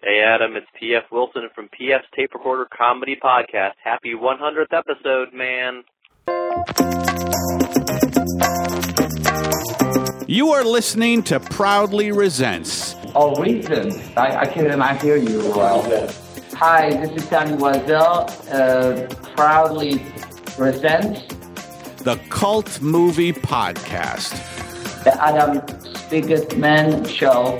Hey Adam, it's PF Wilson from PF's Tape Recorder Comedy Podcast. Happy 100th episode, man. You are listening to Proudly Resents. Oh, reason. I, I can I hear you well. Hi, this is Danny Wazell, uh, proudly presents the cult movie podcast. the Adam Spiegelman Show.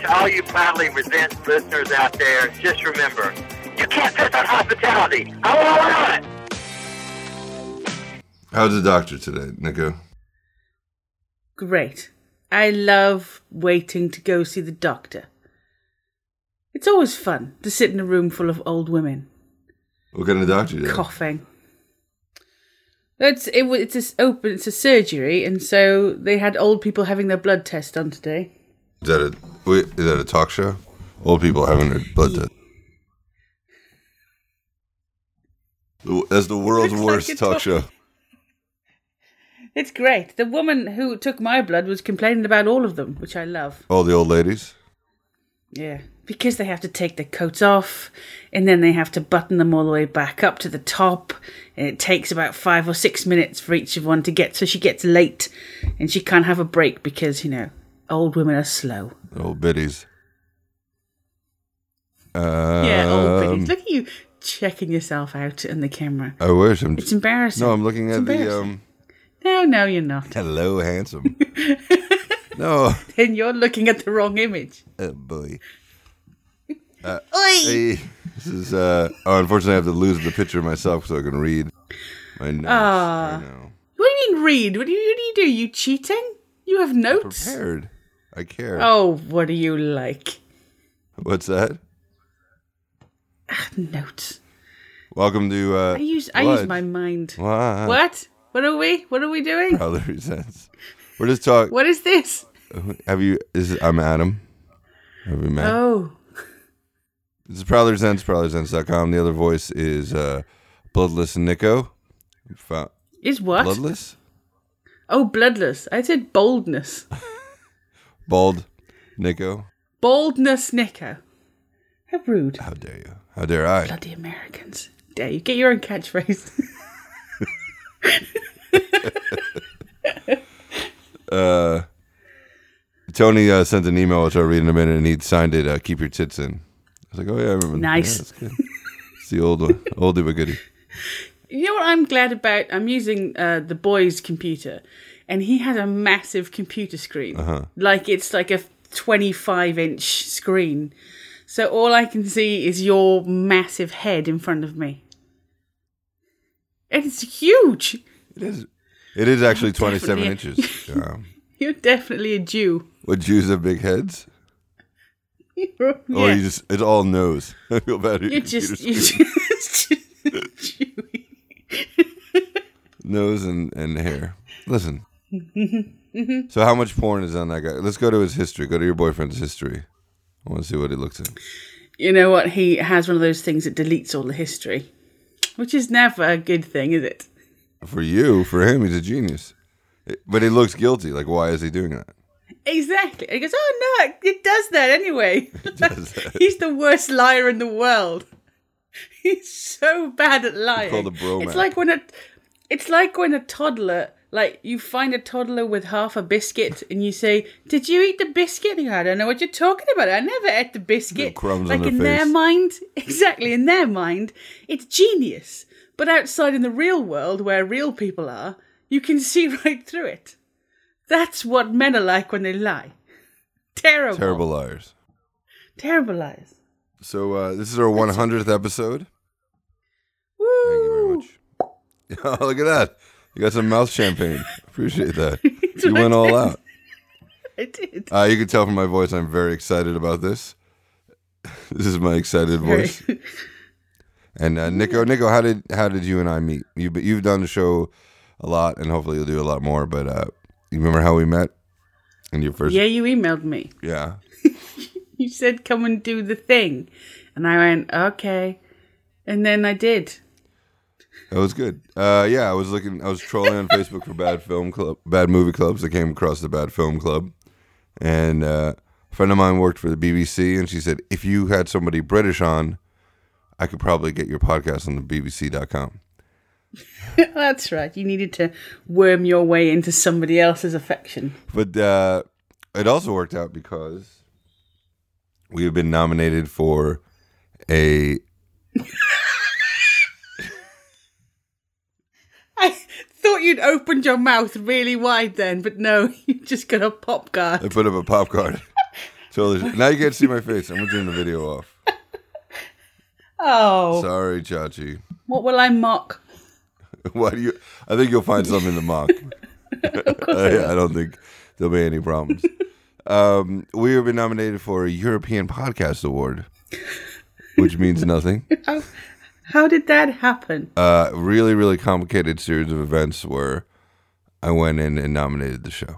To all you proudly resent listeners out there, just remember, you can't piss on hospitality. I won't allow it. How's the doctor today, Nico? Great. I love waiting to go see the doctor. It's always fun to sit in a room full of old women What kind of doctor you have? coughing. It's it wa- it's this open it's a surgery and so they had old people having their blood test done today. Is that a wait, is that a talk show? Old people having their blood test. The- That's the world's Looks like worst a talk talk- show. It's great. The woman who took my blood was complaining about all of them, which I love. All the old ladies. Yeah. Because they have to take their coats off and then they have to button them all the way back up to the top. And it takes about five or six minutes for each of one to get. So she gets late and she can't have a break because, you know, old women are slow. The old biddies. yeah, old Um, biddies. Look at you checking yourself out in the camera. I wish I'm It's embarrassing. No, I'm looking It's at the embarrassing. um No, no, you're not. Hello handsome. no. Then you're looking at the wrong image. Oh boy. Uh, hey, this is uh oh, unfortunately I have to lose the picture myself so I can read my notes. I know. Ah. What do you mean, read? What do you, what do, you do? You cheating? You have notes? Prepared. I care. Oh, what are you like? What's that? Ah, Notes. Welcome to. Uh, I use I use my mind. What? What? What are we? What are we doing? Other reasons. We're just talking. What is this? Have you? Is I'm Adam. Have we met? Oh, This is Proudly Resents, proudlyresents.com. The other voice is uh, Bloodless Nico. Fo- is what? Bloodless? Oh, bloodless. I said boldness. Bald Nico. Baldness, Nico. How rude. How dare you? How dare I? Bloody Americans. Dare you get your own catchphrase? Uh, Tony uh, sent an email, which I'll read in a minute, and he signed it, uh, Keep Your Tits In. I was like, oh, yeah, I remember. that. Nice. Yeah, that's good. it's the old one. Oldie but goodie. you know what I'm glad about? I'm using uh, the boy's computer, and he has a massive computer screen. Uh-huh. Like it's like a 25 inch screen. So all I can see is your massive head in front of me. And it's huge. It is. It is actually 27 Definitely. inches. Um, You're definitely a Jew. Would Jews have big heads? You're, Or yeah. Oh, you just it's all nose. I feel bad. you're just you're just Jewy. nose and, and hair. Listen. so how much porn is on that guy? Let's go to his history. Go to your boyfriend's history. I want to see what he looks at. You know what? He has one of those things that deletes all the history, which is never a good thing, is it? For you, for him, he's a genius. But he looks guilty. Like why is he doing that? Exactly. And he goes, "Oh no, it, it does that anyway." He's the worst liar in the world. He's so bad at lying. called a bromance. It's like when a, it's like when a toddler, like you find a toddler with half a biscuit, and you say, "Did you eat the biscuit?" And you go, I don't know what you're talking about. I never ate the biscuit. crumbs like on in their their face. mind, exactly in their mind, it's genius. But outside in the real world, where real people are, you can see right through it. That's what men are like when they lie. Terrible. Terrible liars. Terrible lies. So uh, this is our 100th episode. Woo! Thank you very much. Oh, look at that. You got some mouth champagne. Appreciate that. you what went I all did. out. I did. Uh, you can tell from my voice, I'm very excited about this. This is my excited voice. And uh, Nico, Nico, how did how did you and I meet? You but you've done the show a lot, and hopefully you'll do a lot more. But uh, you remember how we met? And your first, yeah, you emailed me. yeah. You said, come and do the thing. And I went, okay. And then I did. That was good. Uh, yeah, I was looking. I was trolling on Facebook for bad film club, bad movie clubs. I came across the bad film club, and uh, A friend of mine worked for the BBC, and she said, if you had somebody British on, I could probably get your podcast on the BBC.com. That's right. You needed to worm your way into somebody else's affection. But uh, it also worked out because we have been nominated for a I thought you'd opened your mouth really wide then, but no, you just got a pop guard. I put up a pop card. so there's- now you can't see my face. I'm gonna turn the video off. Oh, Sorry, Chachi. what will I mock? Why do you? I think you'll find something to mock. I, I don't think there'll be any problems. Um, we have been nominated for a European Podcast Award, which means nothing. How did that happen? Uh, really, really complicated series of events where I went in and nominated the show,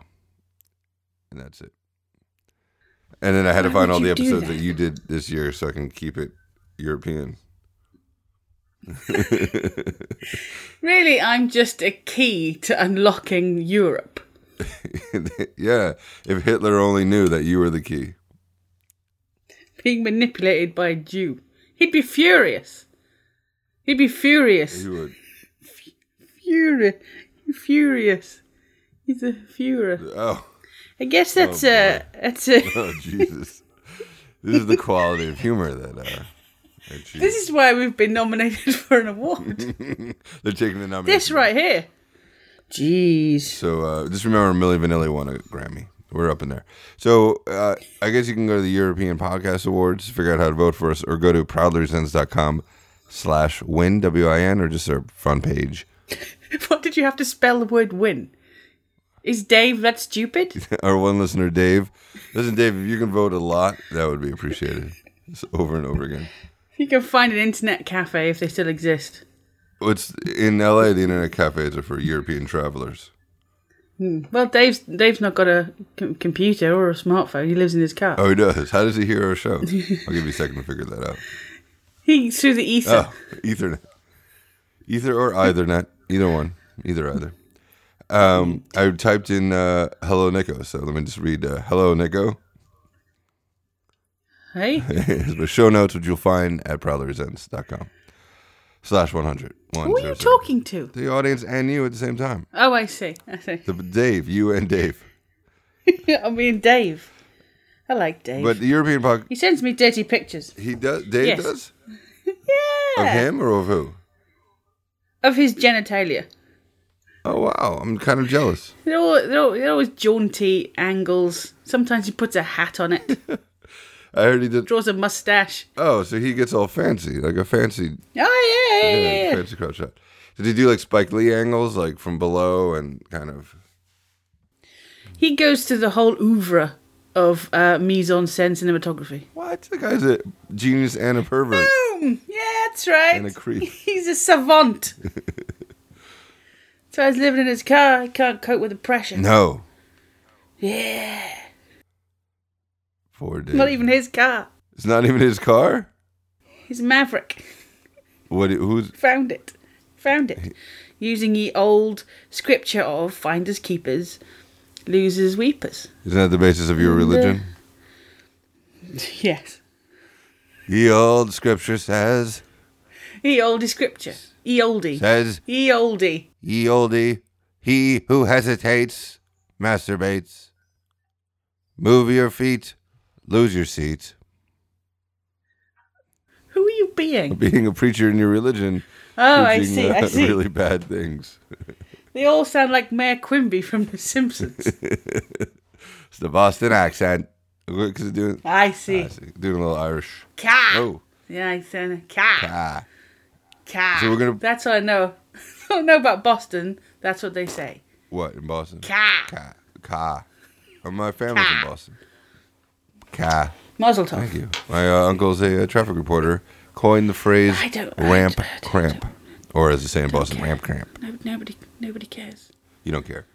and that's it. And then I had to Why find would all the you do episodes that that? you did this year so I can keep it European. Really, I'm just a key to unlocking Europe. yeah, if Hitler only knew that you were the key. Being manipulated by a Jew. He'd be furious. He'd be furious. He would. Furious. Furious. He's a furor. Oh, I guess that's a that's a oh Jesus. This is the quality of humor that uh that she- This is why we've been nominated for an award. they're taking the nomination. this right here. Jeez. So uh, just remember Millie Vanilli won a Grammy. We're up in there. So uh, I guess you can go to the European Podcast Awards, figure out how to vote for us, or go to proudlyresents.com slash win W I N or just our front page. What did you have to spell the word win? Is Dave that stupid? our one listener, Dave. Listen, Dave, if you can vote a lot, that would be appreciated. Just over and over again. you can find an internet cafe if they still exist. It's in LA. The internet cafes are for European travelers. Hmm. Well, Dave's Dave's not got a com- computer or a smartphone. He lives in his car. Oh, he does. How does he hear our show? I'll give you a second to figure that out. He's through the ether. Oh, Ethernet, Ether or Ethernet, either one, either either. Um, I typed in uh, "Hello Nico," so let me just read uh, "Hello Nico." Oh. Hey, Here's my show notes, which you'll find at proudlyresents.com slash one hundred. who are you talking to? The audience and you at the same time. Oh, I see. I see. The Dave, you and Dave. I mean, Dave. I like Dave. But the European podcast, he sends me dirty pictures. he does. Dave Yes. does Yeah. of him or of who? Of his genitalia. Oh wow, I'm kind of jealous. They're, all, they're, all, they're always jaunty angles. Sometimes he puts a hat on it, Oh, I heard he did. draws a mustache. Oh, so he gets all fancy, like a fancy Oh, yeah, yeah, yeah. Yeah, yeah. fancy crowd shot. Did he do like Spike Lee angles, like from below and kind of? He goes to the whole oeuvre of uh, mise en scène cinematography. What? The guy's a genius and a pervert. Boom! Yeah, that's right. And a creep. He's a savant. so I was living in his car. He can't cope with the pressure. No, Yeah. poor dude. Not even his car. It's not even his car. His Maverick. What? Who's? Found it. Found it. Using the old scripture of finders keepers, losers weepers. Isn't that the basis of your religion? Yes. The old scripture says, E oldie scripture. E oldie. says, E oldie. ye olde, he who hesitates masturbates. Move your feet, lose your seat. Who are you being? Being a preacher in your religion, Oh, I preaching, see. I uh, see. really bad things. They all sound like Mayor Quimby from The Simpsons. It's the Boston accent. Look, 'cause it's doing, I see. I see, doing a little Irish. Ca. Oh, Yeah, I said ca. ah. Ca. So we're gonna- That's all I know. I don't know about Boston. That's what they say. What, in Boston? Ca. Ca. Ca. Uh, My family's in Boston. Ca. Muzzle top. Thank you. My uh, uncle's a uh, traffic reporter, coined the phrase I don't- I ramp don't- I don't- cramp. Or as they say in Boston, care. ramp cramp. No, nobody, nobody cares. You don't care.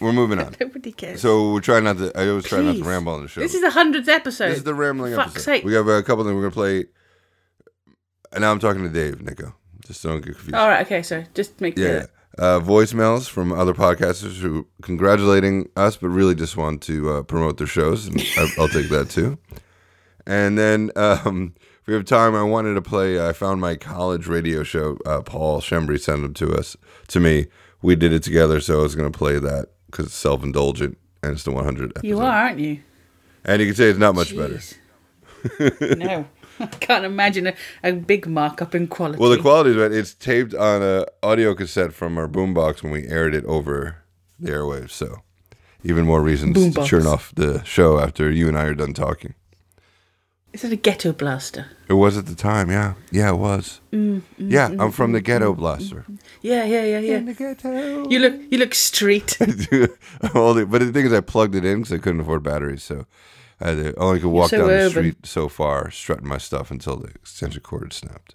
We're moving on. Nobody cares. So we're trying not to, I always try not to Please. ramble on the show. This is the hundredth episode. This is the rambling Fuck's episode. sake. We have a couple things we're going to play. And now I'm talking to Dave, Nico. Just don't get confused. Oh, All right. Okay. So just make Yeah. yeah. yeah. uh, voicemails from other podcasters who congratulating us, but really just want to uh, promote their shows, and I, I'll take that too. And then um, if we have time, I wanted to play. I found my college radio show. Uh, Paul Shembry sent them to us to me. We did it together, so I was going to play that because it's self indulgent and it's the 100 episode. You are, aren't you? and you can say it's not much better. better. no. I can't imagine a, a big markup in quality. Well, the quality is right. It's taped on a audio cassette from our boombox when we aired it over the airwaves. So, even more reasons to Boombox. turn off the show after you and I are done talking. Is it a ghetto blaster? Mm, It was at the time, yeah, yeah, it was. yeah, I'm from the ghetto blaster. Yeah, yeah, yeah, yeah. mm, You look, you look street. All the- but the thing is, I plugged it in because I couldn't afford batteries, so I had to- only could walk so down the urban. street so far, strutting my stuff until the extension cord snapped.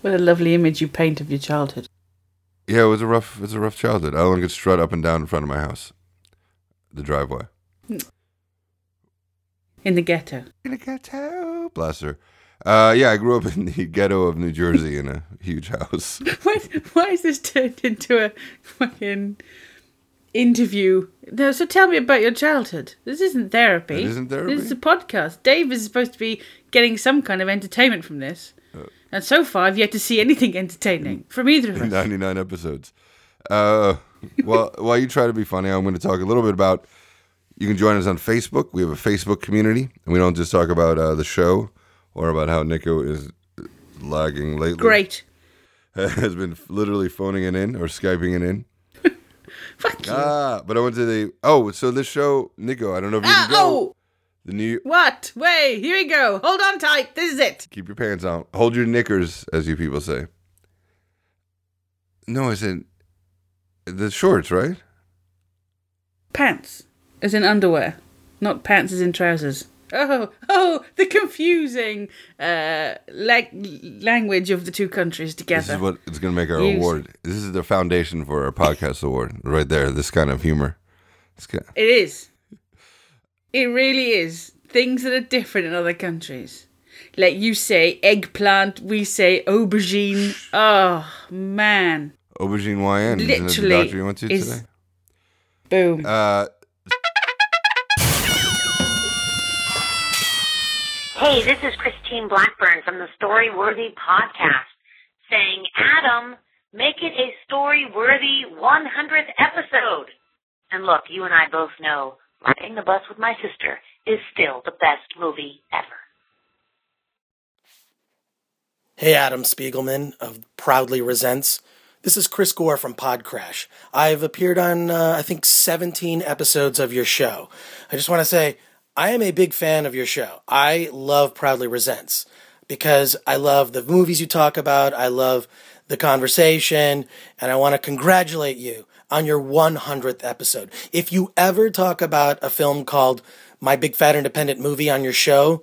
what a lovely image you paint of your childhood. Yeah, it was a rough, it was a rough childhood. I only could strut up and down in front of my house, the driveway. In the ghetto. in a ghetto. Bless her. Uh, yeah, I grew up in the ghetto of New Jersey in a huge house. Why, why is this turned into a fucking interview? No, so tell me about your childhood. This isn't therapy. It isn't therapy. This is a podcast. Dave is supposed to be getting some kind of entertainment from this. and so far, I've yet to see anything entertaining Mm. from either of us. 99 episodes. Uh, well, while you try to be funny, I'm going to talk a little bit about. You can join us on Facebook. We have a Facebook community, and we don't just talk about uh, the show or about how Nico is lagging lately. Great. has been literally phoning it in or skyping it in. Fuck you. Ah, but I went to the oh, so this show, Nico. I don't know if you Ah, can go. oh, The new what? Wait, here we go. Hold on tight. This is it. Keep your pants on. Hold your knickers, as you people say. No, I said the shorts, right? Pants, as in underwear, not pants as in trousers. Oh, oh, the confusing uh, lag- language of the two countries together. This is what it's going to make our Use- award. This is the foundation for our podcast award, right there. This kind of humor. It's kind it is. It really is. Things that are different in other countries. Like you say eggplant, we say aubergine. Oh, man. aubergine YN. Isn't it the Literally doctor you went to is- today? Boom. Uh, Hey, this is Christine Blackburn from the Story Worthy podcast saying, Adam, make it a story worthy 100th episode. And look, you and I both know Riding the Bus with My Sister is still the best movie ever. Hey, Adam Spiegelman of Proudly Resents. This is Chris Gore from Podcrash. I've appeared on, uh, I think, 17 episodes of your show. I just want to say I am a big fan of your show. I love Proudly Resents because I love the movies you talk about, I love the conversation, and I want to congratulate you on your 100th episode. If you ever talk about a film called My Big Fat Independent Movie on your show,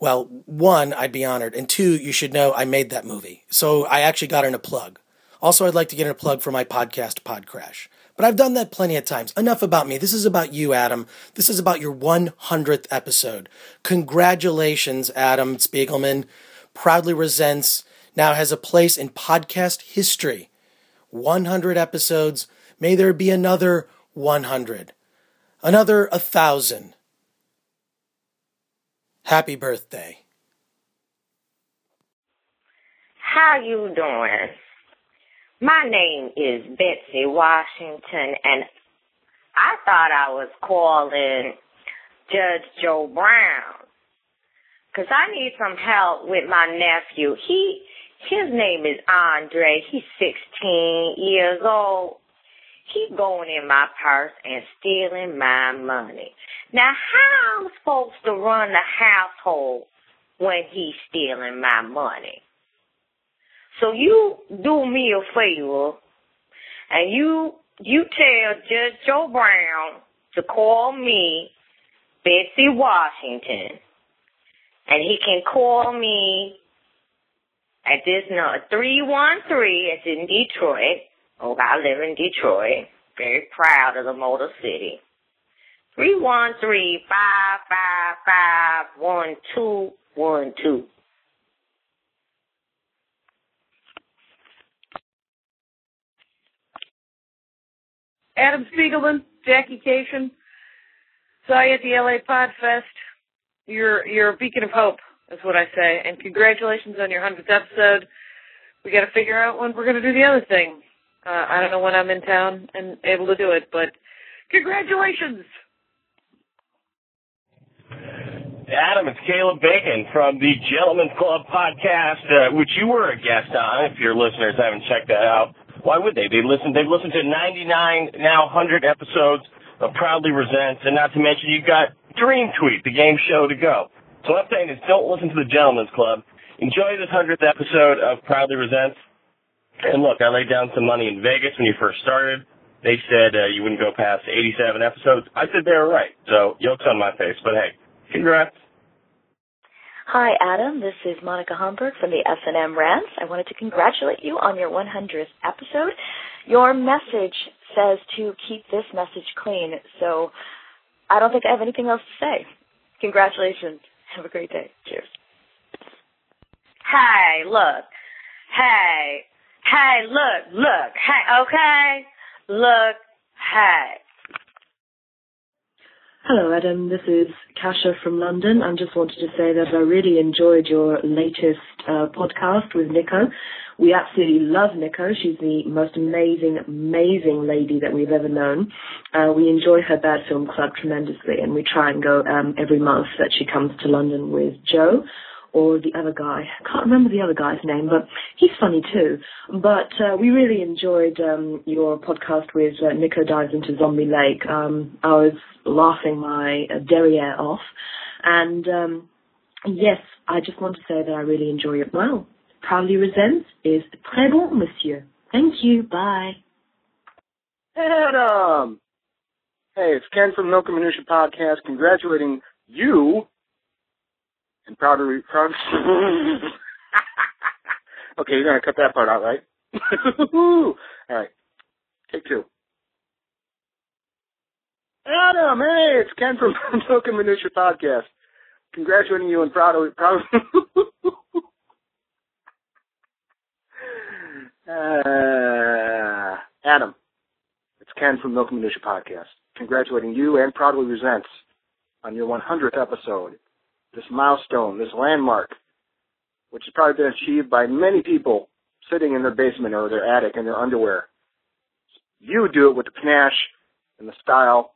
well, one, I'd be honored. And two, you should know I made that movie. So I actually got in a plug. Also, I'd like to get in a plug for my podcast, Pod Crash. But I've done that plenty of times. Enough about me. This is about you, Adam. This is about your 100th episode. Congratulations, Adam Spiegelman. Proudly resents, now has a place in podcast history. 100 episodes. May there be another 100, another 1,000. Happy birthday. How you doing? My name is Betsy Washington, and I thought I was calling Judge Joe Brown because I need some help with my nephew. He his name is Andre. He's 16 years old. He going in my purse and stealing my money. Now, how I'm supposed to run the household when he's stealing my money? So you do me a favor and you you tell Judge Joe Brown to call me Betsy Washington and he can call me at this number three one three it's in Detroit. Oh I live in Detroit. Very proud of the motor city. Three one three five five five one two one two. Adam Spiegelman, Jackie Cation. Saw you at the LA Podfest. You're you're a beacon of hope, is what I say. And congratulations on your hundredth episode. We got to figure out when we're going to do the other thing. Uh, I don't know when I'm in town and able to do it, but congratulations. Adam, it's Caleb Bacon from the Gentlemen's Club podcast, uh, which you were a guest on. If your listeners haven't checked that out, why would they? They listened. They've listened to 99 now 100 episodes of Proudly Resents, and not to mention you've got Dream Tweet, the game show to go. So what I'm saying is, don't listen to the Gentlemen's Club. Enjoy this 100th episode of Proudly Resents. And look, I laid down some money in Vegas when you first started. They said uh, you wouldn't go past 87 episodes. I said they were right. So yolks on my face, but hey, congrats. Hi, Adam. This is Monica Homburg from the S&M Rants. I wanted to congratulate you on your 100th episode. Your message says to keep this message clean, so I don't think I have anything else to say. Congratulations. Have a great day. Cheers. Hey, look. Hey. Hey, look, look. Hey, okay? Look. Hey. Hello, Adam. This is Kasha from London. I just wanted to say that I really enjoyed your latest uh, podcast with Nico. We absolutely love Nico. She's the most amazing, amazing lady that we've ever known. Uh, we enjoy her Bad Film Club tremendously, and we try and go um, every month that she comes to London with Joe or the other guy. I can't remember the other guy's name, but he's funny too. But uh, we really enjoyed um, your podcast with uh, Nico Dives into Zombie Lake. Um, I was laughing my uh, derriere off. And um, yes, I just want to say that I really enjoy it. Wow. Proudly Resents is très bon, monsieur. Thank you. Bye. Adam! um, Hey, it's Ken from Milk and Minutia Podcast congratulating you and proudly proud. okay, you're gonna cut that part out, right? All right, take two. Adam, hey, it's Ken from Milk and Minutia Podcast. Congratulating you and proudly proud. uh, Adam, it's Ken from Milk and Minutia Podcast. Congratulating you and proudly resents on your 100th episode this milestone, this landmark, which has probably been achieved by many people sitting in their basement or their attic in their underwear. You do it with the panache and the style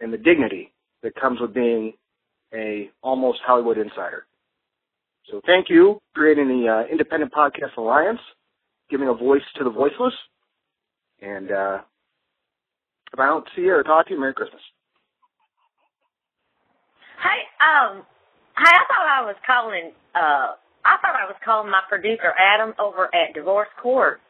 and the dignity that comes with being a almost Hollywood insider. So thank you for creating the uh, Independent Podcast Alliance, giving a voice to the voiceless, and uh, if I don't see you or talk to you, Merry Christmas. Hey, um, hey, I thought I was calling, uh, I thought I was calling my producer Adam over at Divorce Court.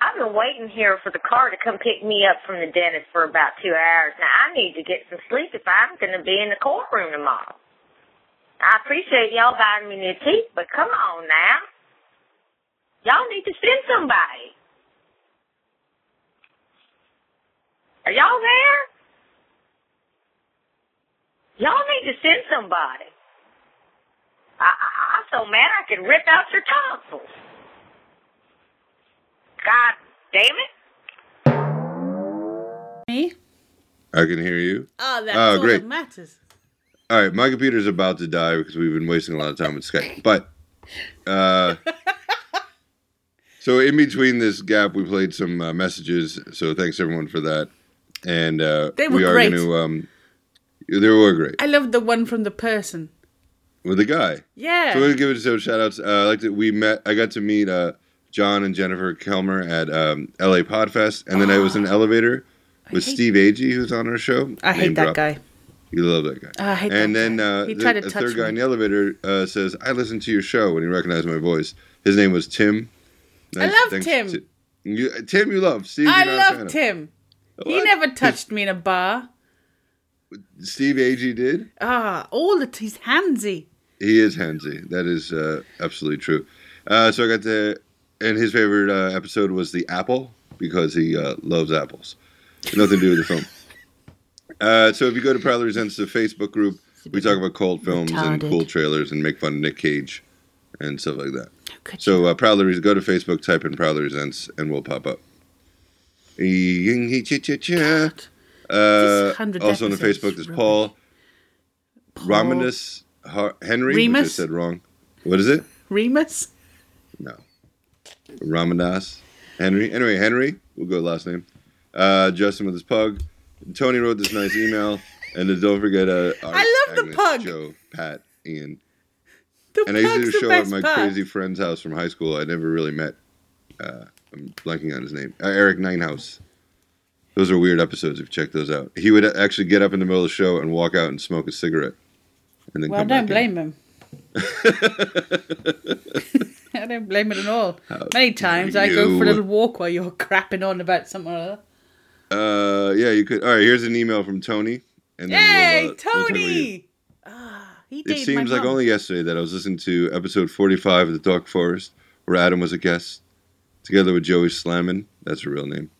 I've been waiting here for the car to come pick me up from the dentist for about two hours. Now I need to get some sleep if I'm going to be in the courtroom tomorrow. I appreciate y'all buying me new teeth, but come on now. Y'all need to send somebody. Are y'all there? Y'all need to send somebody. I, I, I'm so mad I could rip out your tonsils. God damn it. Me? I can hear you. Oh, that's Oh, all great. that matters. All right, my computer's about to die because we've been wasting a lot of time with Skype. But uh, so in between this gap, we played some uh, messages. So thanks everyone for that. And uh, They were we are great. going to. Um, they were great I love the one from the person. with the guy. Yeah. So we're gonna give it some shout outs. Uh, I like that we met. I got to meet uh, John and Jennifer Kelmer at um, LA Podfest, and then I was in an elevator with Steve Agee, who's on our show. Ah. I hate Name that drop. guy. Ah, You love that guy. I hate and that then guy. Uh, He the, tried to a touch third me. guy in the elevator uh, says, "I listened to your show," and he recognized my voice. His name was Tim. I love thanks Tim. to- you, uh, Tim, you love Steve. I you're not a fan loved of. him. He never touched me in a bar. Steve Agee did. Ah, all the he's handsy. He is handsy. That is uh, absolutely true. Uh, so I got to, and his favorite uh, episode was the apple because he uh, loves apples. Nothing to do with the film. Uh, so if you go to Proudly Resents, the Facebook group, we talk about cult films and Retarded. cool trailers and make fun of Nick Cage and stuff Oh, like that. So uh, Proudly, Res- go to Facebook, type in Proudly Resents, and we'll pop up. Ying he chi chi chi. Uh, This 100 Also on the episodes, Facebook is rubbish. Paul, Romanus Har- Henry. which I Remus? said wrong. What is it? Remus? No. Ramadas. Henry. Anyway, Henry. We'll go last name. Uh, Justin with his pug. Tony wrote this nice email. And then don't forget uh, Art, I love the Agnes, pug. Joe, Pat, Ian. The and I used pug's to do a the show at best my pug. crazy friend's house from high school. I never really met. Uh, I'm blanking on his name. Uh, Eric Ninehouse. Those are weird episodes. If you check those out, he would actually get up in the middle of the show and walk out and smoke a cigarette, and then Well, I come back. don't blame him. I don't blame it at all. How Many times I go for a you- little walk while you're crapping on about something or other. Uh, yeah, you could. All right, here's an email from Tony. And then Yay, we'll, uh, we'll talk about you. Tony! Ah, he it dated seems my like mum. only yesterday that I was listening to episode 45 of The Dark Forest, where Adam was a guest, together with Joey Slammon. That's her real name.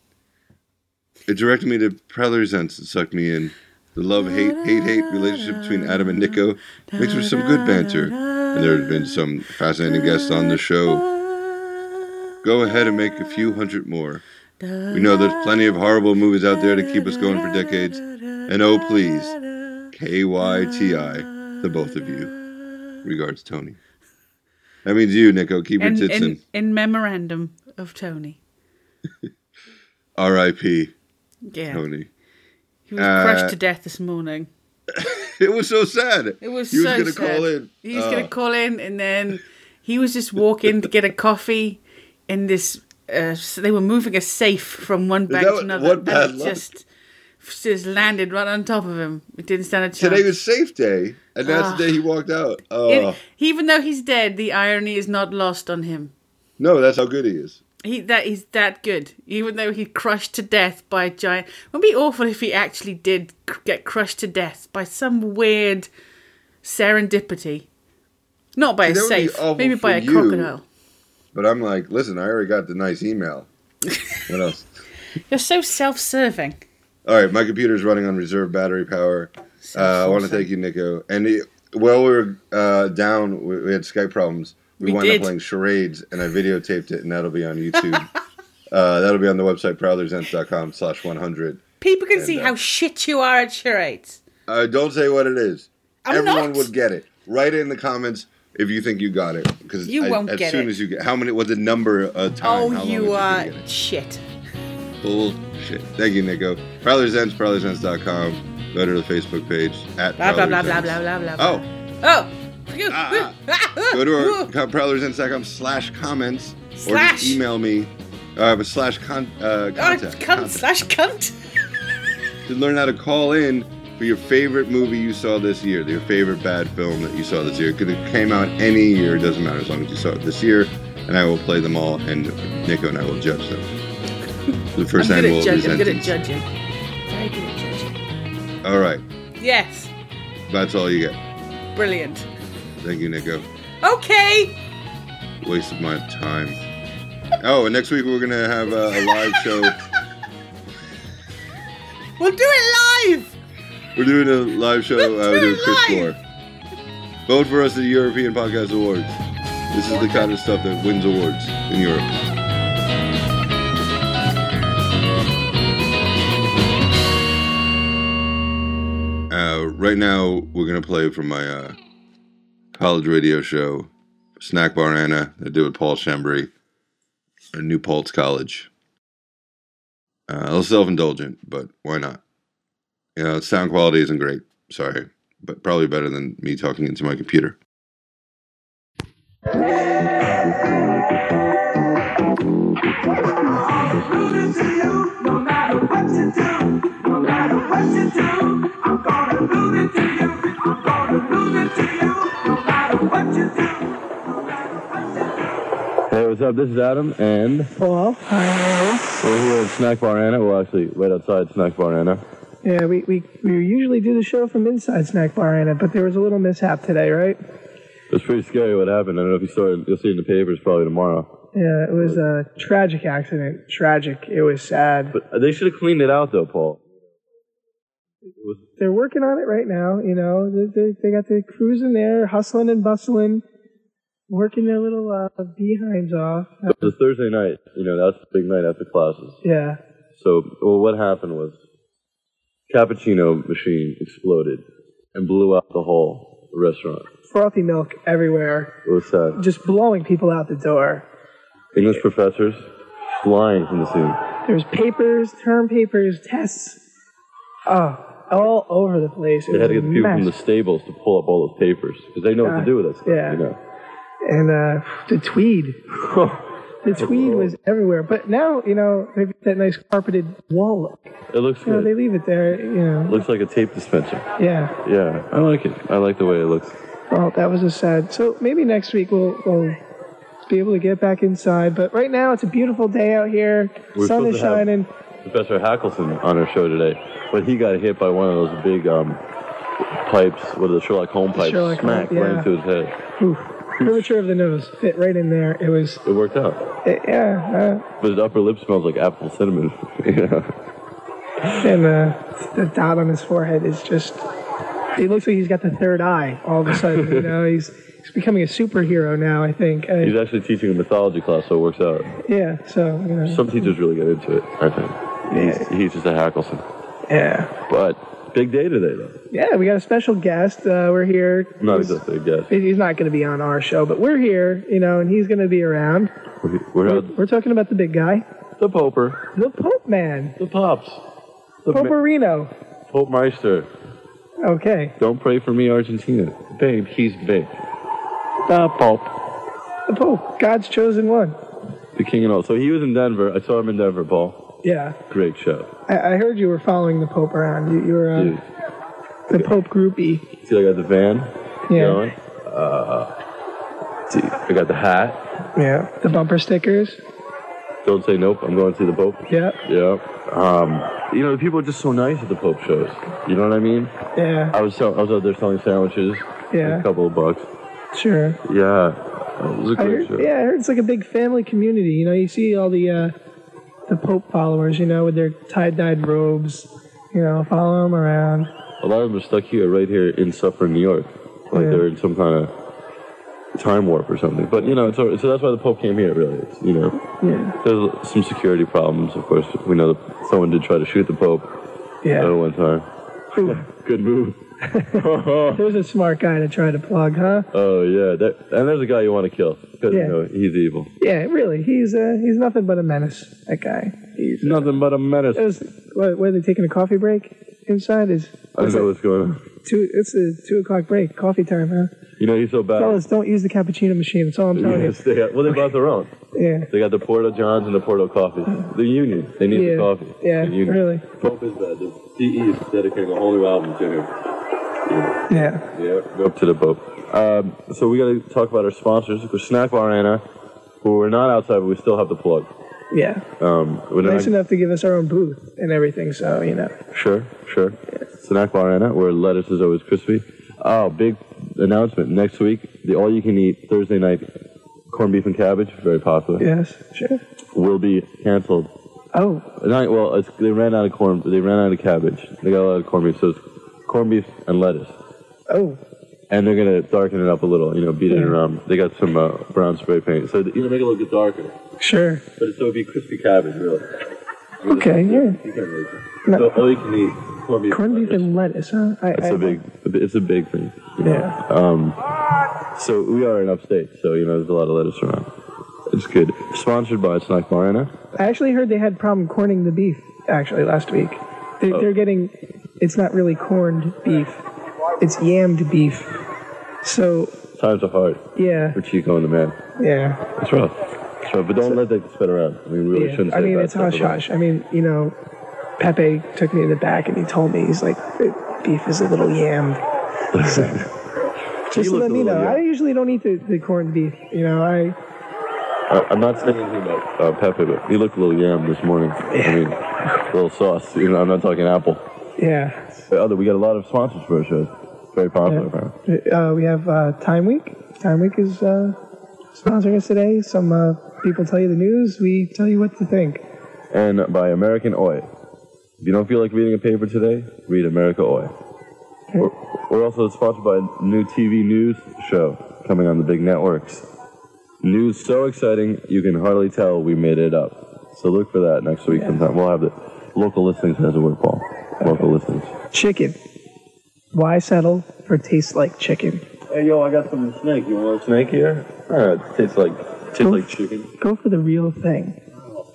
It directed me to Proudly Resents and sucked me in. The love, hate, hate, hate relationship between Adam and Nico makes for some good banter, and there have been some fascinating guests on the show. Go ahead and make a few hundred more. We know there's plenty of horrible movies out there to keep us going for decades. And oh, please, K Y T I, the both of you. Regards, Tony. That means you, Nico. Keep your in, tits in. in, in memorandum of Tony. R.I.P. Yeah. Tony. He was Uh, crushed to death this morning. It was so sad. It was he was so gonna sad. call in. He was Uh, going to call in, and then he was just walking to get a coffee, and this uh, so they were moving a safe from one bank that to what- another, what and bad it luck? just just landed right on top of him. It didn't stand a chance. Today was safe day, and that's Ah. the day he walked out. Oh, It- even though he's dead, the irony is not lost on him. no, that's how good he is. He that he's that good, even though he crushed to death by a giant. Wouldn't it be awful if he actually did c- get crushed to death by some weird serendipity, not by a See, that would be safe, awful maybe by for a you. crocodile. But I'm like, listen, I already got the nice email. what else? You're so self-serving. All right, my computer's running on reserve battery power. Uh, I want to awesome. thank you, Nico. And it, while we were uh, down, we, we had Skype problems. We, We wound did. up playing charades, and I videotaped it, and that'll be on YouTube. uh, that'll be on the website proudlyresents.com slash 100. People can And, see uh, how shit you are at charades. Uh, don't say what it is. I'm Everyone not. would get it. Write it in the comments if you think you got it. Because You won't as get soon it. as you get how many what the number uh, time. how oh, long it you uh, took are to get it. shit. Bullshit. Thank you, Nico. Proudlyresents, proudlyresents.com. Go to the Facebook page at Blah blah blah Proudly blah Resents. blah blah blah. Oh, Oh. Phew. Ah, go to our com- proudlyresents.com slash comments or Slash. just email me uh, but slash con- uh, Oh, contact. cunt slash cunt. to learn how to call in for your favorite movie you saw this year, your favorite bad film that you saw this year. Because it came out any year, it doesn't matter as long as you saw it this year. And I will play them all, and Nico and I will judge them. The first I'm time good we'll at judging. I'm resent good at it. judging. Very good at judging. All right, Yes, that's all you get. brilliant. Thank you, Nico. Okay. Waste of my time. Oh, and next week we're gonna have uh, a live show. We'll do it live. We're doing a live show. Uh, we're doing Chris Gore. Vote for us at the European Podcast Awards. This is the kind of stuff that wins awards in Europe. Uh, right now, we're going to play from my uh, college radio show, Snack Bar Anna, that I did with Paul Chambry at New Paltz College. Uh, a little self indulgent, but why not? You know, sound quality isn't great. Sorry, but probably better than me talking into my computer. Hey, what's up? This is Adam and Paul. Uh-huh. We're here at Snack Bar Anna. Well, actually, right outside Snack Bar Anna. Yeah, we, we, we usually do the show from inside Snack Bar Anna, but there was a little mishap today, right? It was pretty scary what happened. I don't know if you saw it. You'll see it in the papers probably tomorrow. Yeah, it was a tragic accident. Tragic. It was sad. But they should have cleaned it out though, Paul. They're working on it right now, you know. They, they, they got the crews in there, hustling and bustling, working their little uh, behinds off. It was a Thursday night. You know, that's the big night after classes. Yeah. So, well, what happened was cappuccino machine exploded and blew out the whole restaurant. Frothy milk everywhere, It was sad. just blowing people out the door. English professors flying from the scene. There's papers, term papers, tests, oh, all over the place. It They was had to a get the people mess. from the stables to pull up all those papers because they know what Yeah. to do with that stuff. Yeah. You know? and uh, the tweed. the tweed was everywhere. But now, you know, they've got that nice carpeted wall look. It looks You know, good. they leave it there, you know. looks like a tape dispenser. Yeah. Yeah, I like it. I like the way it looks. Well, that was a sad. So maybe next week we'll, we'll be able to get back inside. But right now it's a beautiful day out here. We're Sun supposed is to have- shining. Professor Hackleson on our show today, but he got hit by one of those big um, pipes, what are the Sherlock Holmes pipes, Sherlock smack Holmes, right yeah. into his head. Oof. Curvature of the nose fit right in there. It was. It worked out, It, yeah. but his upper lip smells like apple cinnamon. yeah. Uh, and uh, the dot on his forehead is just. It looks like he's got the third eye all of a sudden. you know, he's, he's becoming a superhero now, I think. Uh, He's actually teaching a mythology class, so it works out. yeah, so. You know. Some teachers really get into it, I think. He's, he's just a Hackleson. Yeah. But big day today, though. Yeah, we got a special guest. Uh, we're here. Not exactly a guess. He's not going to be on our show, but we're here, you know, and he's going to be around. We're not We're talking about the big guy, the Poper, the Pope Man, the Pops, the ma- Poperino. Pope Meister. Okay, Don't pray for me, Argentina. Babe, he's big. The Pope. the Pope, God's chosen one. The King and all. So he was in Denver. I saw him in Denver, Paul. Yeah, Great show. I, I heard you were following the Pope around. You, you were uh, Dude. the Pope groupie. See, I got the van Yeah. going. Uh, dude, I got the hat. Yeah, the bumper stickers. Don't say nope. I'm going to see the Pope. Yeah, Yeah. Um, you know, the people are just so nice at the Pope shows. You know what I mean? yeah, I was sell- I was out there selling sandwiches. Yeah. A couple of bucks. sure. Yeah. Uh, It was a I heard, great show. yeah, I heard it's like a big family community. You know, you see all the uh, the Pope followers, you know, with their tie dyed robes. You know, follow him around. A lot of them are stuck here, right here in Suffern, New York. Like Yeah. they're in some kind of time warp or something. But you know, it's, all- so that's why the Pope came here. Really, it's, you know, Yeah. there's some security problems. Of course, we know that someone did try to shoot the Pope Yeah. at one time. Good move. There's a smart guy to try to plug, huh? Oh yeah, that, and there's a guy you want to kill because Yeah. you know he's evil. Yeah, really. He's uh, he's nothing but a menace. That guy. He's uh, nothing but a menace. It was, what, what, are they taking a coffee break inside? Is oh, I don't know what's going on. two? It's a two o'clock break, coffee time, huh? You know he's so bad. Fellas, don't use the cappuccino machine. That's all I'm telling Yes, they got, well, they bought their own. you. Yeah, They got the Porto Johns and the Porto Coffee. The Union. They need Yeah. the coffee. Yeah, The Union. really. Pope is bad. The CE is dedicating a whole new album to him. yeah. Yeah, go up to the Pope. Um, so we got to talk about our sponsors. Of course, Snack Bar Anna, who we're not outside, but we still have the plug. Yeah, Um, we're not- nice enough to give us our own booth and everything. So you know, Sure, sure. Snack Bar Anna, where lettuce is always crispy. Oh, big announcement. Next week, the all-you-can-eat Thursday night corned beef and cabbage, very popular, yes, sure. will be canceled. Oh, Not, well, it's, they ran out of corn. They ran out of cabbage. They got a lot of corned beef, so it's corned beef and lettuce. oh, And they're gonna darken it up a little, you know, beat it around. They got some uh, brown spray paint, so you know, make it a little bit darker. sure. But it's gonna be crispy cabbage, really. Okay, yeah. You can't really. No. So all you can eat corned beef. Corned beef and lettuce, huh? I, It's I- a big, it's a big thing. you know. Yeah. Um, so we are in upstate, so you know there's a lot of lettuce around. It's good. Sponsored by Snack Marina. I actually heard they had problem corning the beef actually last week. They, Oh. They're getting, it's not really corned beef, it's yammed beef. So Times are hard yeah, for Chico and the man. yeah, It's rough. It's rough, but don't let that spin around. I mean, we really yeah. shouldn't. Say I mean, bad it's stuff hush about- hush. I mean, you know, Pepe took me to the back and he told me he's like, "The beef is a little yammed. So, just to looked let a me little know, I yammed. usually don't eat the, the corned beef. You know, I I, I'm not saying anything about uh, Pepe, but he looked a little yam this morning. I mean, a little sauce. You know, I'm not talking apple. yeah. But other, we got a lot of sponsors for our show. Very popular. man. Uh, we have uh, Time Week. Time Week is uh, sponsoring us today. Some uh, people tell you the news. We tell you what to think. and by American Oil. If you don't feel like reading a paper today, read America Oil. We're, we're also sponsored by a new TV news show coming on the big networks. News so exciting you can hardly tell we made it up. So look for that next week sometime. We'll have the local listings as a word, Paul. Local listings. Chicken. Why settle for tastes like chicken? Hey, yo, I got some snake. You want a snake here? All right, tastes like tastes like chicken. Go for the real thing.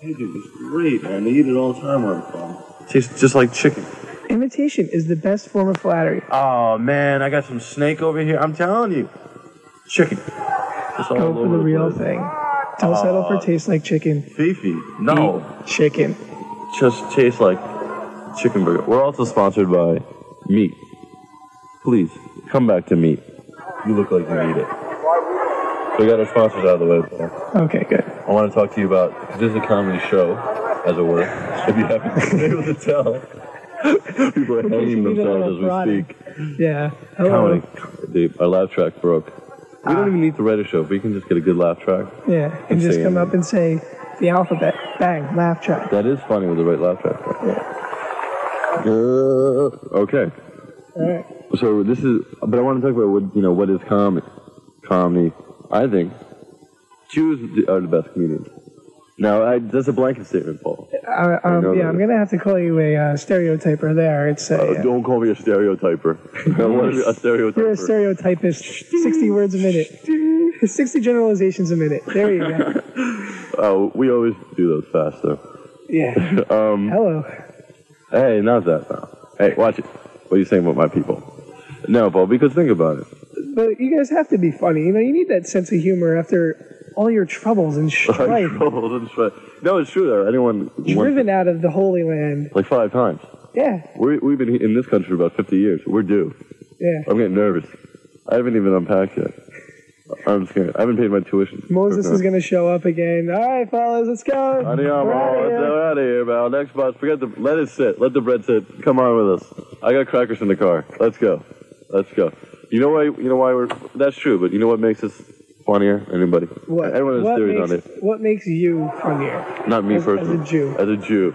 Pigeon is great, man. They eat it all the time where I'm from. Tastes just like chicken. Imitation is the best form of flattery. Oh man, I got some snake over here. I'm telling you, chicken. It's all Go for the over the Ah. real thing. Don't settle for tastes like chicken. Fifi, no. Chicken. Just tastes like chicken burger. We're also sponsored by meat. Please come back to meat. You look like you need it. We got our sponsors out of the way. Paul. Okay, good. I want to talk to you about 'cause this is a comedy show, as it were. If you haven't been able to tell, people are hanging Need a little themselves as we prodding. speak. Yeah. Hello. Comedy, the, our laugh track broke. We don't even need to write a show. If we can just get a good laugh track. Yeah, and I'm just saying- come up and say the alphabet. Bang, laugh track. That is funny with the right laugh track. Uh, okay. All right. So this is, but I want to talk about what you know. What is comedy? Comedy. I think Jews are the best comedians. Now I, that's a blanket statement, Paul. Uh, I know um, yeah, that. I'm gonna have to call you a uh, stereotyper. There, it's a. Uh, uh, Don't call me a stereotyper. I Oh, don't want to be a You're a stereotyper. stereotypist. 60 words a minute. 60 generalizations a minute. There you go. Oh, we always do those fast though. Yeah. um, Hello. Hey, not that though. Hey, watch it. What are you saying about my people? No, Paul. Because think about it. But you guys have to be funny. You know, you need that sense of humor after all your troubles and strife. Troubles and strife. No, it's true though. Anyone one, Driven out of the Holy Land. like five times. Yeah, we we've been in this country for about 50 years. We're due. yeah. I'm getting nervous. I haven't even unpacked yet. I'm scared. I haven't paid my tuition. Moses is going to show up again. All right, fellas, let's go. Honey, I'm We're outta all here. out of here, pal. Next bus. Forget the. Let it sit. Let the bread sit. Come on with us. I got crackers in the car. Let's go. Let's go. You know why? You know why we're. That's true. But you know what makes us funnier? Anybody? What, Everyone has what theories makes, on it. What makes you funnier? Not me as, personally. As a Jew. As a Jew.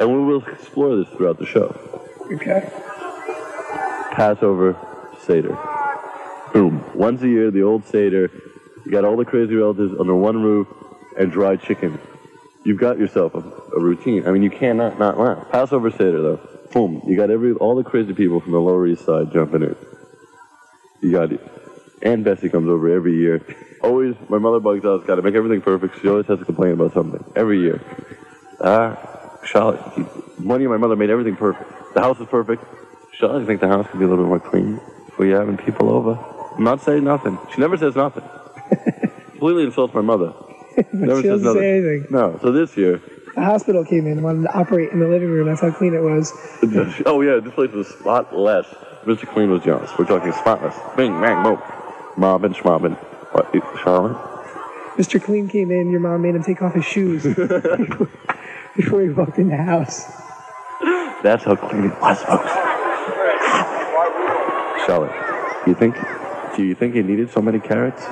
And we will explore this throughout the show. Okay. Passover Seder. Boom. Once a year, the old Seder. You got all the crazy relatives under one roof and dry chicken. You've got yourself a, a routine. I mean, you cannot not laugh. Passover Seder, though. Boom. You got every all the crazy people from the Lower East Side jumping in. You got it. And Bessie comes over every year. Always, my mother bugs out. Got to make everything perfect. She always has to complain about something every year. Ah, Charlotte, money. My mother made everything perfect. The house is perfect. Charlotte, you think the house could be a little bit more clean? Were you having people over? I'm not saying nothing. She never says nothing. Completely insults my mother. Never she doesn't says nothing. say anything. No. So this year, The hospital came in and wanted to operate in the living room. That's how clean it was. oh yeah, this place was spotless. Mr. Clean was jealous. We're talking spotless. Bing, bang, boom. Mobbing, schmobbing. What, Charlotte? Mr. Clean came in. Your mom made him take off his shoes before he walked in the house. That's how clean it was, folks. Charlotte, you think? Do you think you needed so many carrots?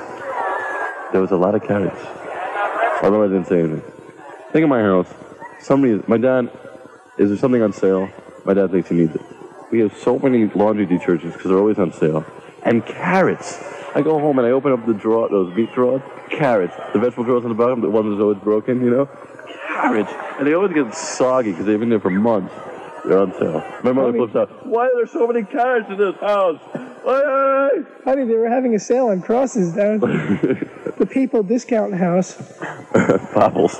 There was a lot of carrots. Although I didn't say anything. Think of my house. Somebody, my dad, is there something on sale? My dad thinks he needs it. We have so many laundry detergents because they're always on sale, and carrots. I go home and I open up the drawer, those meat drawers, carrots. The vegetable drawers on the bottom, the one that's always broken, you know, carrots. And they always get soggy because they've been there for months. They're on sale. My mother flips out. Why are there so many carrots in this house? Honey, they were having a sale on crosses down at the People Discount House. Popples.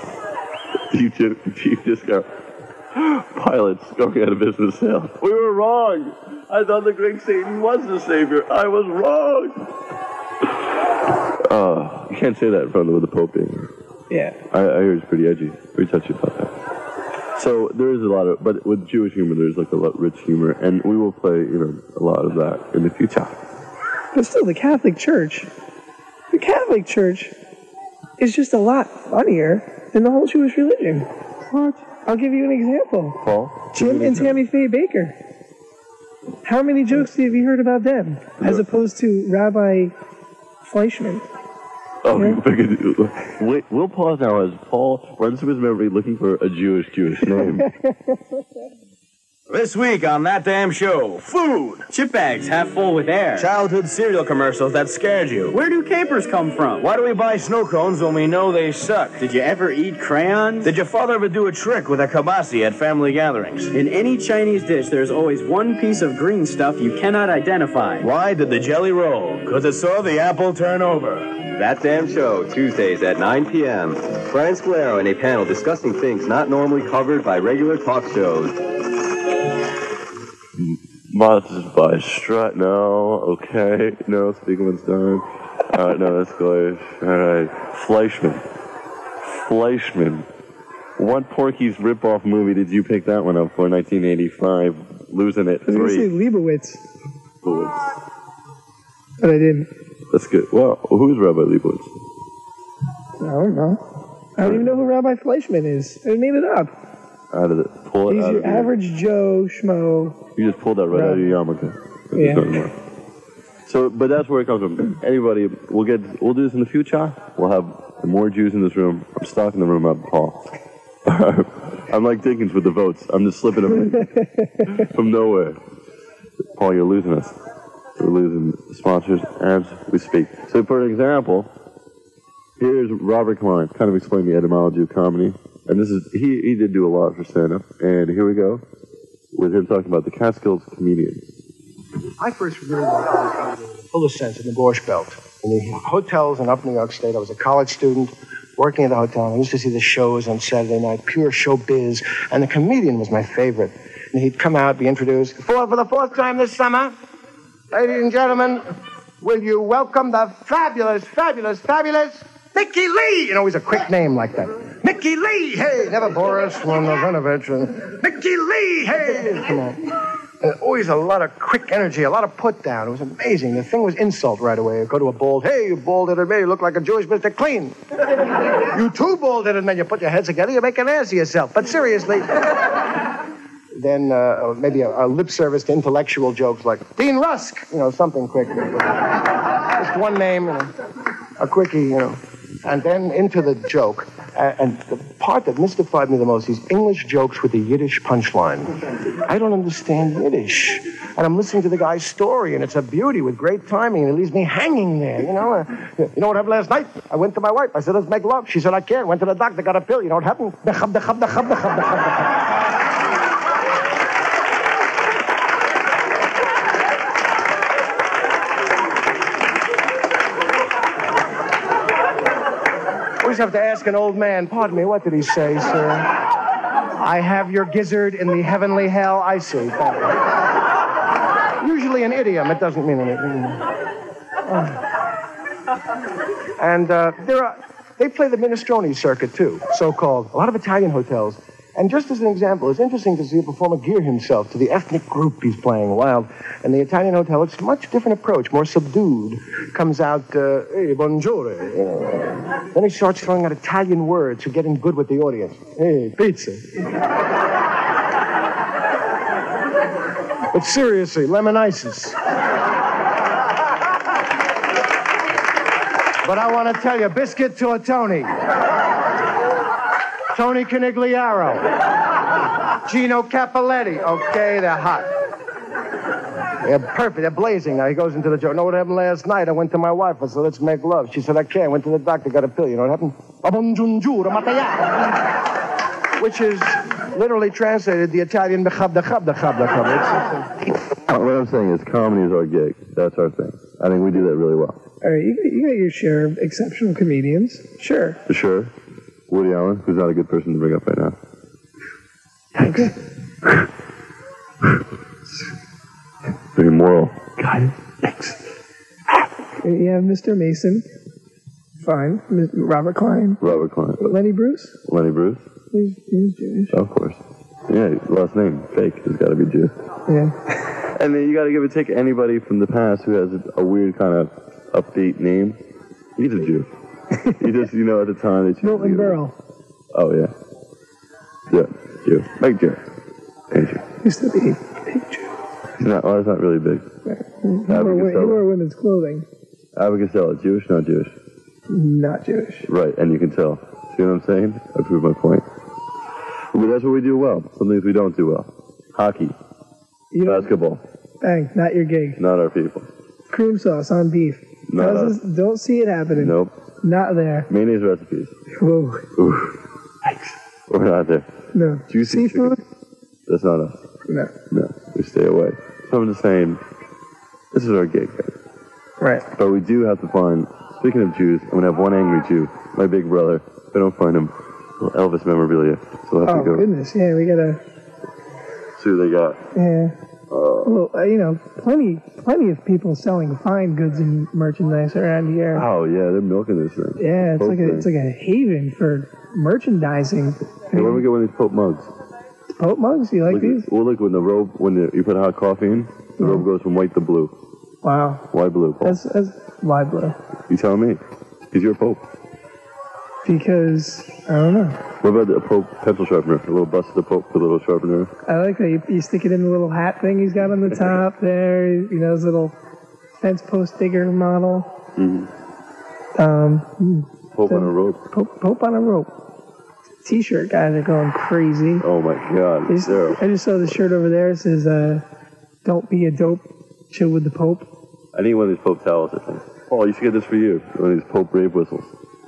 Deep, di- deep discount. Pilots going out of business sale. We were wrong. I thought the great Satan was the savior. I was wrong. Uh, you can't say that in front of the Pope being here. Yeah. I, I hear it's pretty edgy, pretty touchy about that. So there is a lot of, but with Jewish humor, there's like a lot rich humor, and we will play, you know, a lot of that in the future. But still, the Catholic Church, the Catholic Church is just a lot funnier than the whole Jewish religion. What? I'll give you an example. Paul, Jim and Tammy Faye Baker. How many jokes have you heard about them as opposed to Rabbi Fleischman? Oh, yeah. wait, we'll pause now as Paul runs through his memory looking for a Jewish Jewish name. This week on that damn show, food, chip bags half full with air, childhood cereal commercials that scared you. Where do capers come from? Why do we buy snow cones when we know they suck? Did you ever eat crayons? Did your father ever do a trick with a kabasi at family gatherings? In any Chinese dish, there's always one piece of green stuff you cannot identify. Why did the jelly roll? Because it saw the apple turn over. That Damn Show, Tuesdays at 9 p.m. Fran Square and a panel discussing things not normally covered by regular talk shows. Monsters by Strut. No, okay. No, Spiegelman's done. All right, no, that's Goyish. All right. Fleischman. Fleischman. What Porky's ripoff movie did you pick that one up for 1985? Losing it. I was going to say Three. Leibowitz, Leibowitz. but I didn't. That's good. Well, who's Rabbi Leibowitz? I don't know. I don't even know who Rabbi Fleischman is. I made it up. Out of the pull it He's out of your your- average Joe schmo. You just pulled that right out of your yarmulke. It's Yeah. not more. So, but that's where it comes from. Anybody, we'll get, we'll do this in the future. We'll have more Jews in this room. I'm stocking the room up, Paul. I'm like Dickens with the votes. I'm just slipping them in from nowhere. Paul, you're losing us. We're losing sponsors as we speak. So, for example, here's Robert Klein, kind of explaining the etymology of comedy. And this is, he, he did do a lot for stand up. And here we go with him talking about the Catskills comedians. I first really got into the fullest sense in the Gorsch Belt. In the hotels and up New York State, I was a college student working at a hotel. and I used to see the shows on Saturday night, pure showbiz, and the comedian was my favorite. And he'd come out, be introduced. For, for the fourth time this summer, ladies and gentlemen, will you welcome the fabulous, fabulous, fabulous Mickey Lee? You know, he's a quick name like that. Mickey Lee, hey, never Boris Slonovich, and Mickey Lee, hey, come on. Uh, always a lot of quick energy, a lot of put down. It was amazing. The thing was insult right away. Go to a bald, hey, you bald headed man, you look like a Jewish Mr. Clean. you too bald headed man, you put your heads together, you make an ass of yourself. But seriously. then uh, maybe a, a lip service to intellectual jokes like Dean Rusk, you know, something quick. Just one name, you know, a quickie, you know. And then into the joke. A- And the part that mystified me the most, these English jokes with the Yiddish punchline. I don't understand Yiddish. And I'm listening to the guy's story, and it's a beauty with great timing, and it leaves me hanging there. You know, Uh, you know what happened last night? I went to my wife. I said, let's make love. She said, I can't. Went to the doctor, got a pill. You know what happened? Dechab, dechab, dechab, dechab, dechab, dechab. Always have to ask an old man, pardon me, what did he say, sir? I have your gizzard in the heavenly hell. I see. Thank you. Usually an idiom. It doesn't mean anything. Oh. And uh, there are, they play the minestrone circuit too, so-called. A lot of Italian hotels. And just as an example, it's interesting to see a performer gear himself to the ethnic group he's playing wild. In the Italian hotel, it's a much different approach, more subdued. Comes out, uh, hey, buongiorno. you know. Then he starts throwing out Italian words for getting good with the audience. Hey, pizza. But seriously, lemon ices. but I want to tell you, biscuit to a Tony. Tony Canigliaro. Gino Capoletti. Okay, they're hot. They're perfect. They're blazing. Now he goes into the joke. Know what happened last night? I went to my wife. I said, let's make love. She said, I can't. Went to the doctor, got a pill. You know what happened? Abongiungiura mataiata. Which is literally translated the Italian. "Dachab, dachab, dachab, dachab." It's- Uh, What I'm saying is, comedy is our gig. That's our thing. I think we do that really well. All right, you, got- you got your share of exceptional comedians. Sure. For sure. Woody Allen, who's not a good person to bring up right now. Okay. Very moral. Got it. Thanks. You have Mr. Mason. Fine. M- Robert Klein. Robert Klein. Lenny Bruce. Lenny Bruce. He's, he's Jewish. Of course. Yeah, last name, fake. He's got to be Jew. Yeah. And then you got to give or take anybody from the past who has a weird kind of upbeat name. He's a Jew. he just, you know, at the time they choose. Milton Berle. Oh, yeah. Yeah, Jew. Big Jew. Big Jew. Used to be. He's not, well, he's not really big. He wore, wo- he wore women's clothing. Abigail, Jewish, not Jewish. Mm-hmm. Not Jewish. Right, and you can tell. See what I'm saying? I prove my point. But that's what we do well. Some things we don't do well. hockey, basketball. Bang, not your gig. Not our people. Cream sauce on beef. Not us. Houses- don't see it happening. Nope. Not there. Mayonnaise recipes. Whoa, Oof. We're not there. no. Juicy Seafood? That's not us. No. No, we stay away. So I'm just saying, this is our gig. guys. Right. But we do have to find. Speaking of Jews, I'm gonna have one angry Jew, my big brother. If I don't find him, well, Elvis memorabilia. So we'll have Oh to go goodness, yeah, we gotta, see what they got. yeah. Uh, Well, uh, you know, plenty, plenty of people selling fine goods and merchandise around here. oh yeah, they're milking this thing. Yeah, it's Pope like a, thing. it's like a haven for merchandising. Hey, where do we get one of these Pope mugs? Pope mugs, you like Look at- these? Mm. well, look when the robe when the, you put hot coffee in, the robe goes from white to blue. Wow, Why blue? Paul? that's that's why blue. You tell me. He's your Pope. Because I don't know. What about the Pope pencil sharpener? A little bust of the Pope, the little sharpener. I like that you, you stick it in the little hat thing he's got on the top there. You know, his little fence post digger model. hmm Um, hmm. Pope on a rope. Pope, Pope on a rope. T-shirt guys are going crazy. Oh my God, I just, they're- I just saw the shirt over there. It says, uh, "Don't be a dope, chill with the Pope." I need one of these Pope towels. I think. Oh, you should get this for you. One of these Pope rave whistles.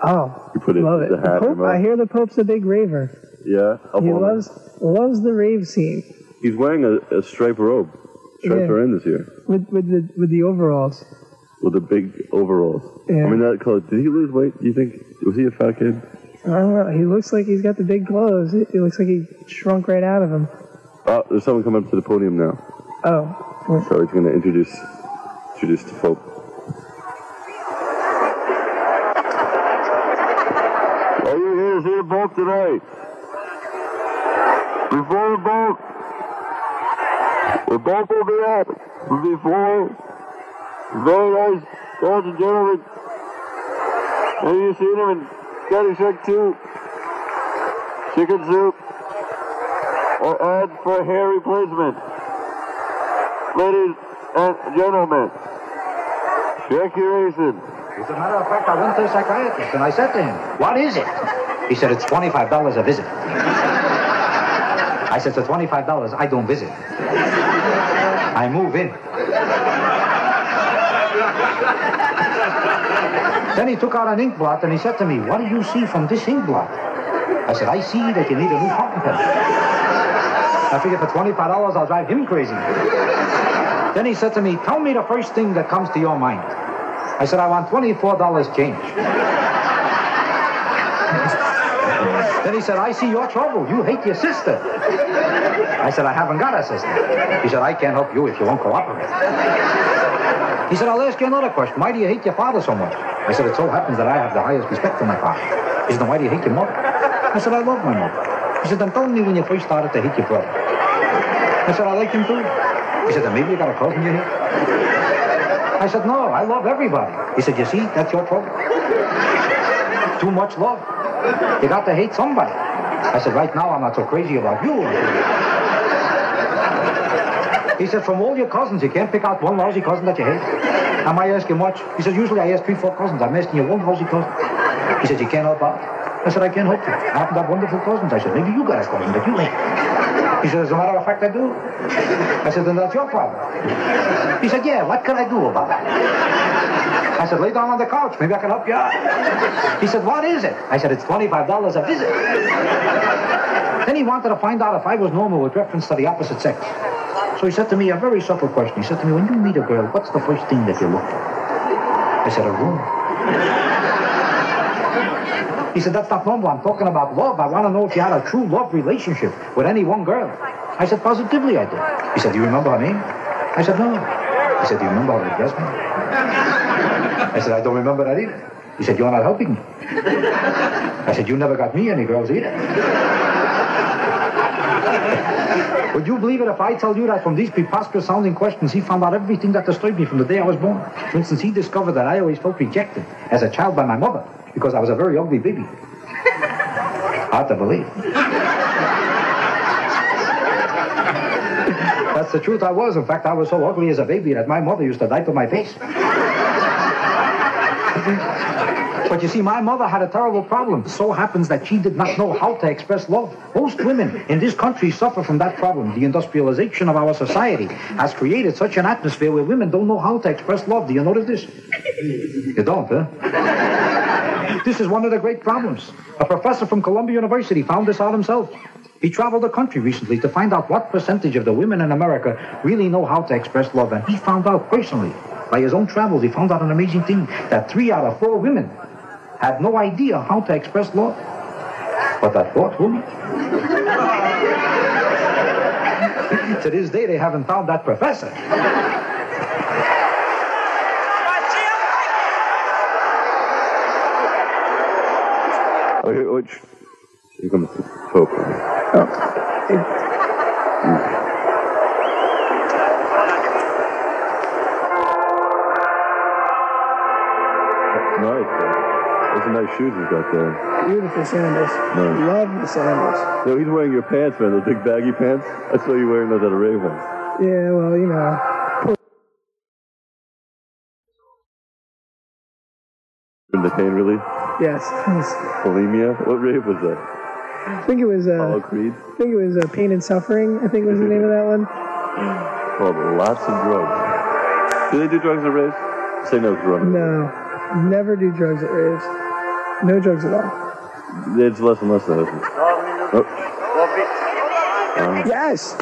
Oh, You put it love it. in the hat. Pope, remote. I hear the Pope's a big raver. yeah, up he on loves loves the rave scene He's wearing a, a striped robe. Stripes Yeah. are in this year with with the with the overalls. with the big overalls. Yeah. I mean, that color. Did he lose weight? Do you think was he a fat kid? I don't know. He looks like he's got the big clothes. He he looks like he shrunk right out of him. Oh, there's someone coming up to the podium now. Oh, So he's going to introduce introduce the Pope. Are you here to see the Pope tonight? Before the Pope, the Pope will be up before very nice ladies and gentlemen. Have you seen him in Caddyshack 2? Chicken soup or ad for hair replacement. Ladies and gentlemen, check your As aces. a matter of fact, I went to a psychiatrist and I said to him, What is it? He said, It's $25 a visit. I said, For $25, I don't visit. I move in. Then he took out an ink blot and he said to me, What do you see from this ink blot? I said, I see that you need a new fountain pen. I figured for $25, I'll drive him crazy. Then he said to me, Tell me the first thing that comes to your mind. I said, I want $24 change. then he said, I see your trouble. You hate your sister. I said, I haven't got a sister. He said, I can't help you if you won't cooperate. He said, I'll ask you another question. Why do you hate your father so much? I said, it so happens that I have the highest respect for my father. He said, then why do you hate your mother? I said, I love my mother. He said, then tell me when you first started to hate your brother. I said, I liked him too. He said, then maybe you got a cousin you hate? I said, no, I love everybody. He said, you see, that's your trouble. Too much love. You got to hate somebody. I said, right now I'm not so crazy about you. He said, from all your cousins, you can't pick out one lousy cousin that you hate. Am I asking much? He said, usually I ask three, four cousins. I'm asking you one lousy cousin. He said, you can't help out. I said, I can't help you. I happen to have wonderful cousins. I said, maybe you got a cousin that you hate. He said, as a matter of fact, I do. I said, then that's your problem. He said, yeah, what can I do about it? I said, lay down on the couch. Maybe I can help you out. He said, what is it? I said, it's $25 a visit. Then he wanted to find out if I was normal with reference to the opposite sex. So he said to me a very subtle question. He said to me, when you meet a girl, what's the first thing that you look for? I said, a room. He said, that's not normal. I'm talking about love. I want to know if you had a true love relationship with any one girl. I said, positively I did. He said, do you remember her name? I said, no. He said, do you remember how to dress me? I said, I don't remember that either. He said, you're not helping me. I said, you never got me any girls either. Would you believe it if I tell you that from these preposterous sounding questions, he found out everything that disturbed me from the day I was born? For instance, he discovered that I always felt rejected as a child by my mother because I was a very ugly baby. Hard to believe. That's the truth I was. In fact, I was so ugly as a baby that my mother used to diaper my face. But you see, my mother had a terrible problem. So happens that she did not know how to express love. Most women in this country suffer from that problem. The industrialization of our society has created such an atmosphere where women don't know how to express love. Do you notice this? You don't, huh? This is one of the great problems. A professor from Columbia University found this out himself. He traveled the country recently to find out what percentage of the women in America really know how to express love, and he found out personally. By his own travels, he found out an amazing thing that three out of four women had no idea how to express love. But that fourth woman, to this day, they haven't found that professor. Okay, which here comes the Pope. Oh, Nice. Those are nice shoes he's got there. Beautiful sandals. Nice. Love the sandals. No, he's wearing your pants, man. Those big baggy pants. I saw you wearing those at a rave once. Yeah, well, you know. poor- In the pain relief. Yes. Bulimia. What rave was that? I think it was. Uh, Apollo Creed. I think it was uh, Pain and Suffering. I think was the name of that one. Called Oh, lots of drugs. Do they do drugs at raves? Say no, drugs. No, never do drugs at raves. No drugs at all. It's less and less of them. Oh, um, Yes.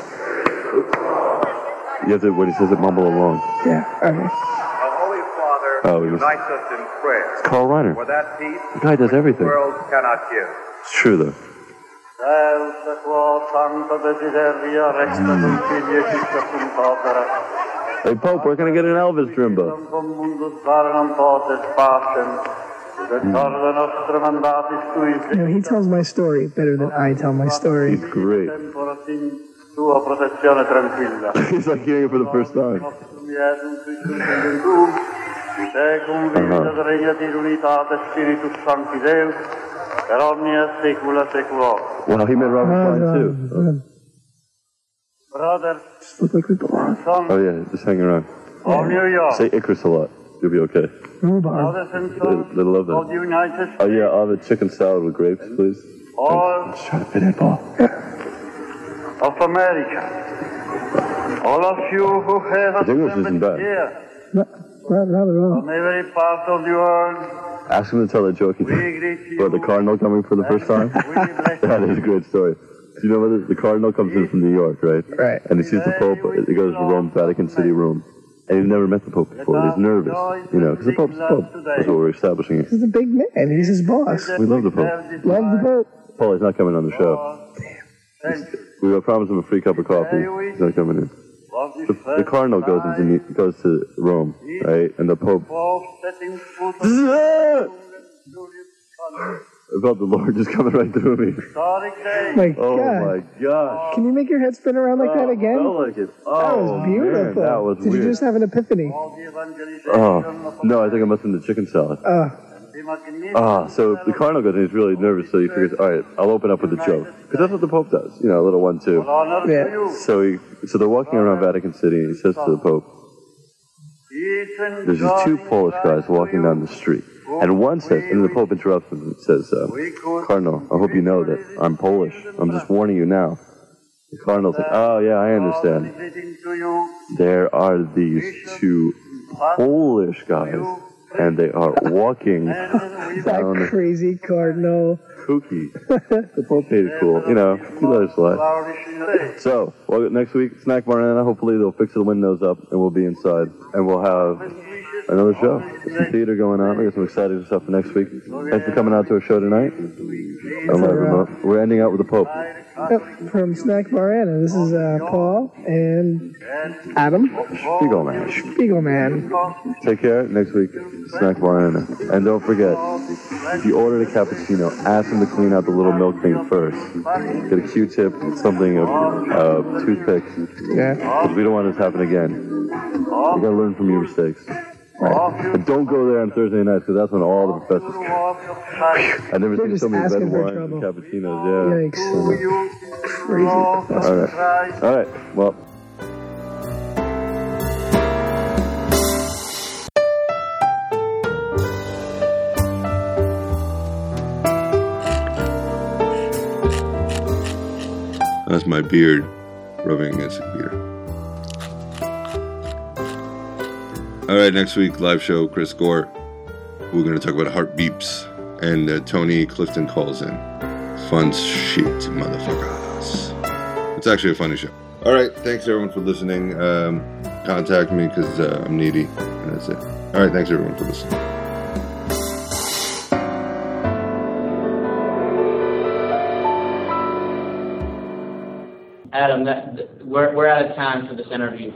you have to, when he says it, mumble along. Yeah. Okay. Holy Father, Oh, he was- unites us in prayer. It's Carl Reiner. For that peace The guy does the everything. world cannot give. It's true, though. Elsa tua santa desideria recta non filie chicca cum patera, Hey, Pope, we're going to get an Elvis Drimbo. cum mundus dare non potes pacem, Mm. retarde nostre mandati sui You know, he tells my story better than I tell my story. He's great. temporatim tua protezione tranquilla. He's like hearing it for the first time. Miedum Christum Gentum, Secum Uh-huh. vita regnati in unitate Spiritus Sancti Deus, per e omnia saecula saeculorum. Wow, he made Robert Klein, too. Brothers Look like we belong. Oh, yeah, just hang around. of New York, Say Icarus a lot. You'll be okay. brothers and They, they love of the that. United Oh, yeah, I'll have a chicken salad with grapes, please. all Try to fit in, Paul. of America, all of you who have His English isn't assembled bad. here Not, not, not at all. from every part of the world, Ask him to tell that joke he did. About the cardinal coming for the first time. that is a great story. Do you know what? it is? The cardinal comes in from New York, right? Right. And he sees the pope. He goes to Rome, Vatican City, Rome. And he's never met the pope before. He's nervous, you know, because the pope's the pope. That's what we're establishing. here. He's a big man. He's his boss. We love the pope. Love the Pope. Paul, he's not coming on the show. We promised him a free cup of coffee. He's not coming in. The, the cardinal goes "Oh." into New- goes to Rome, right? And the pope of setting foot I felt the Lord just coming right through me. My oh God. my gosh. Can you make your head spin around like that again? Felt like it. Oh, that was beautiful. Man, that was Did weird. you just have an epiphany? oh no, I think I must have been the chicken salad. Uh, Ah, so the cardinal goes and he's really nervous, so he figures, all right, I'll open up with a joke because that's what the Pope does, you know, a little one-two. Yeah. So he, so they're walking around Vatican City, and he says to the Pope, "There's these two Polish guys walking down the street, and one says, and then the Pope interrupts him and says, uh, Cardinal, I hope you know that I'm Polish. I'm just warning you now." The cardinal says, "Oh yeah, I understand." There are these two Polish guys, and they are walking down that crazy cardinal. Kooky. The Pope made it cool, you know. He let it slide. So, well, next week, Snack Banana. Hopefully, they'll fix the windows up, and we'll be inside, and we'll have another show. There's some theater going on. We got some exciting stuff for next week. Thanks for coming out to our show tonight. I'm live remote. We're ending out with the Pope. Yep, Oh, from Snack Bar Anna. This is uh, Paul and Adam. Spiegelman. Spiegelman. Take care. Next week, snack banana. And don't forget, if you ordered a cappuccino, ask them to clean out the little milk thing first. Get a Q-tip, something of uh, toothpick. Yeah. Because we don't want this to happen again. You gotta learn from your mistakes. And don't go there on Thursday nights because that's when all the professors come. I've never They're seen just so many red asking for wines and trouble. cappuccinos. Yeah. Crazy. All right. All right. Well. That's my beard rubbing against the computer. All right, next week, live show, Chris Gore. We're going to talk about heartbeeps. And uh, Tony Clifton calls in. Fun shit, motherfuckers. It's actually a funny show. All right, thanks everyone for listening. Um, contact me because uh, I'm needy. And that's it. All right, thanks everyone for listening. Adam, that, we're, we're out of time for this interview.